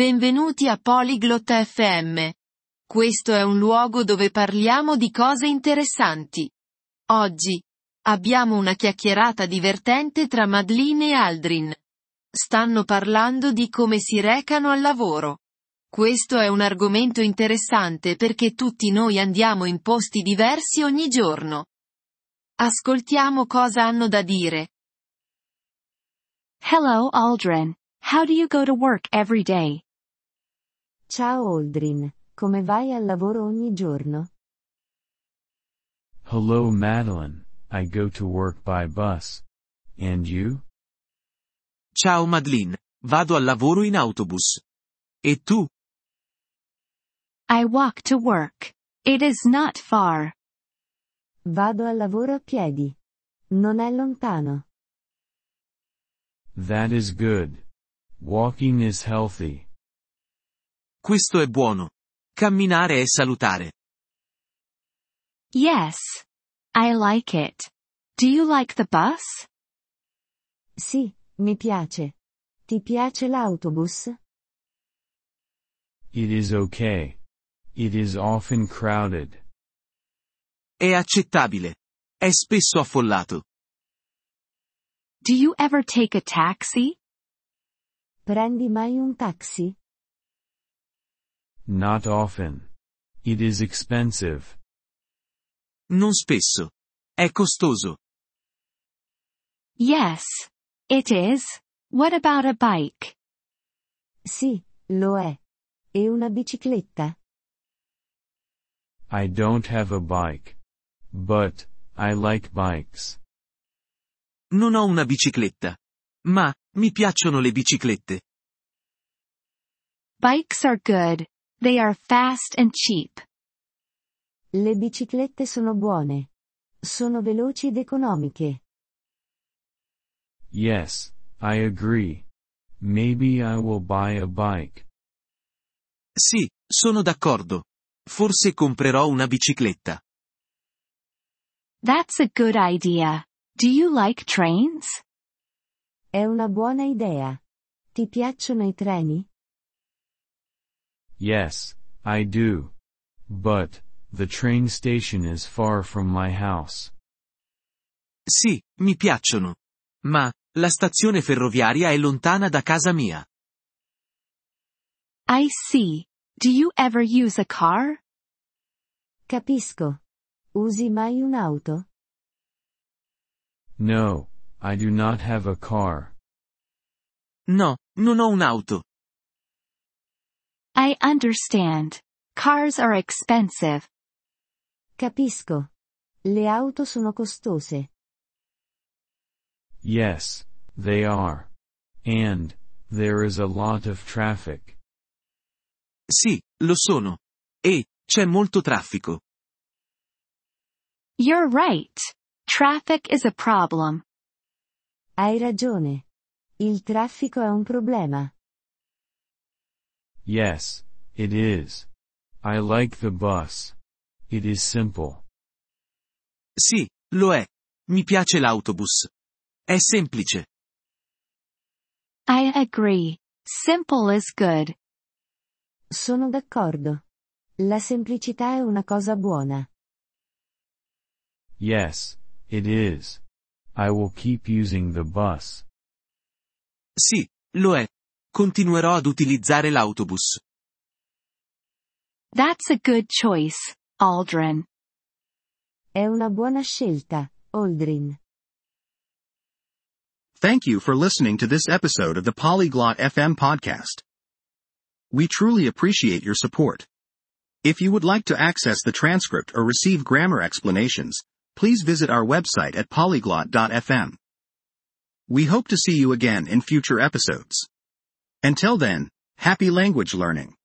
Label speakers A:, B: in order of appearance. A: Benvenuti a Polyglot FM. Questo è un luogo dove parliamo di cose interessanti. Oggi abbiamo una chiacchierata divertente tra Madeline e Aldrin. Stanno parlando di come si recano al lavoro. Questo è un argomento interessante perché tutti noi andiamo in posti diversi ogni giorno. Ascoltiamo cosa hanno da dire.
B: Hello, Aldrin. How do you go to work every day?
C: Ciao Aldrin, come vai al lavoro ogni giorno?
D: Hello, Madeline. I go to work by bus. And you?
E: Ciao Madeline, vado al lavoro in autobus. E tu?
B: I walk to work. It is not far.
C: Vado al lavoro a piedi. Non è lontano.
D: That is good. Walking is healthy.
E: Questo è buono. Camminare è salutare.
B: Yes. I like it. Do you like the bus?
C: Sì, mi piace. Ti piace l'autobus?
D: It is okay. It is often crowded.
E: È accettabile. È spesso affollato.
B: Do you ever take a taxi?
C: Prendi mai un taxi?
D: Not often. It is expensive.
E: Non spesso. È costoso.
B: Yes. It is. What about a bike?
C: Sì, lo è. E una bicicletta?
D: I don't have a bike. But, I like bikes.
E: Non ho una bicicletta. Ma, mi piacciono le biciclette.
B: Bikes are good. They are fast and cheap.
C: Le biciclette sono buone. Sono veloci ed economiche.
D: Yes, I agree. Maybe I will buy a bike.
E: Sì, sono d'accordo. Forse comprerò una bicicletta.
B: That's a good idea. Do you like trains?
C: È una buona idea. Ti piacciono i treni?
D: Yes, I do. But, the train station is far from my house.
E: Sì, mi piacciono. Ma, la stazione ferroviaria è lontana da casa mia.
B: I see. Do you ever use a car?
C: Capisco. Usi mai un'auto?
D: No, I do not have a car.
E: No, non ho un'auto.
B: I understand. Cars are expensive.
C: Capisco. Le auto sono costose.
D: Yes, they are. And, there is a lot of traffic.
E: Sì, lo sono. E, c'è molto traffico.
B: You're right. Traffic is a problem.
C: Hai ragione. Il traffico è un problema.
D: Yes, it is. I like the bus. It is simple.
E: Sì, lo è. Mi piace l'autobus. È semplice.
B: I agree. Simple is good.
C: Sono d'accordo. La semplicità è una cosa buona.
D: Yes, it is. I will keep using the bus.
E: Sì, lo è. Continuerò ad utilizzare l'autobus.
B: That's a good choice, Aldrin.
C: È una buona scelta, Aldrin.
F: Thank you for listening to this episode of the Polyglot FM podcast. We truly appreciate your support. If you would like to access the transcript or receive grammar explanations, please visit our website at polyglot.fm. We hope to see you again in future episodes. Until then, happy language learning.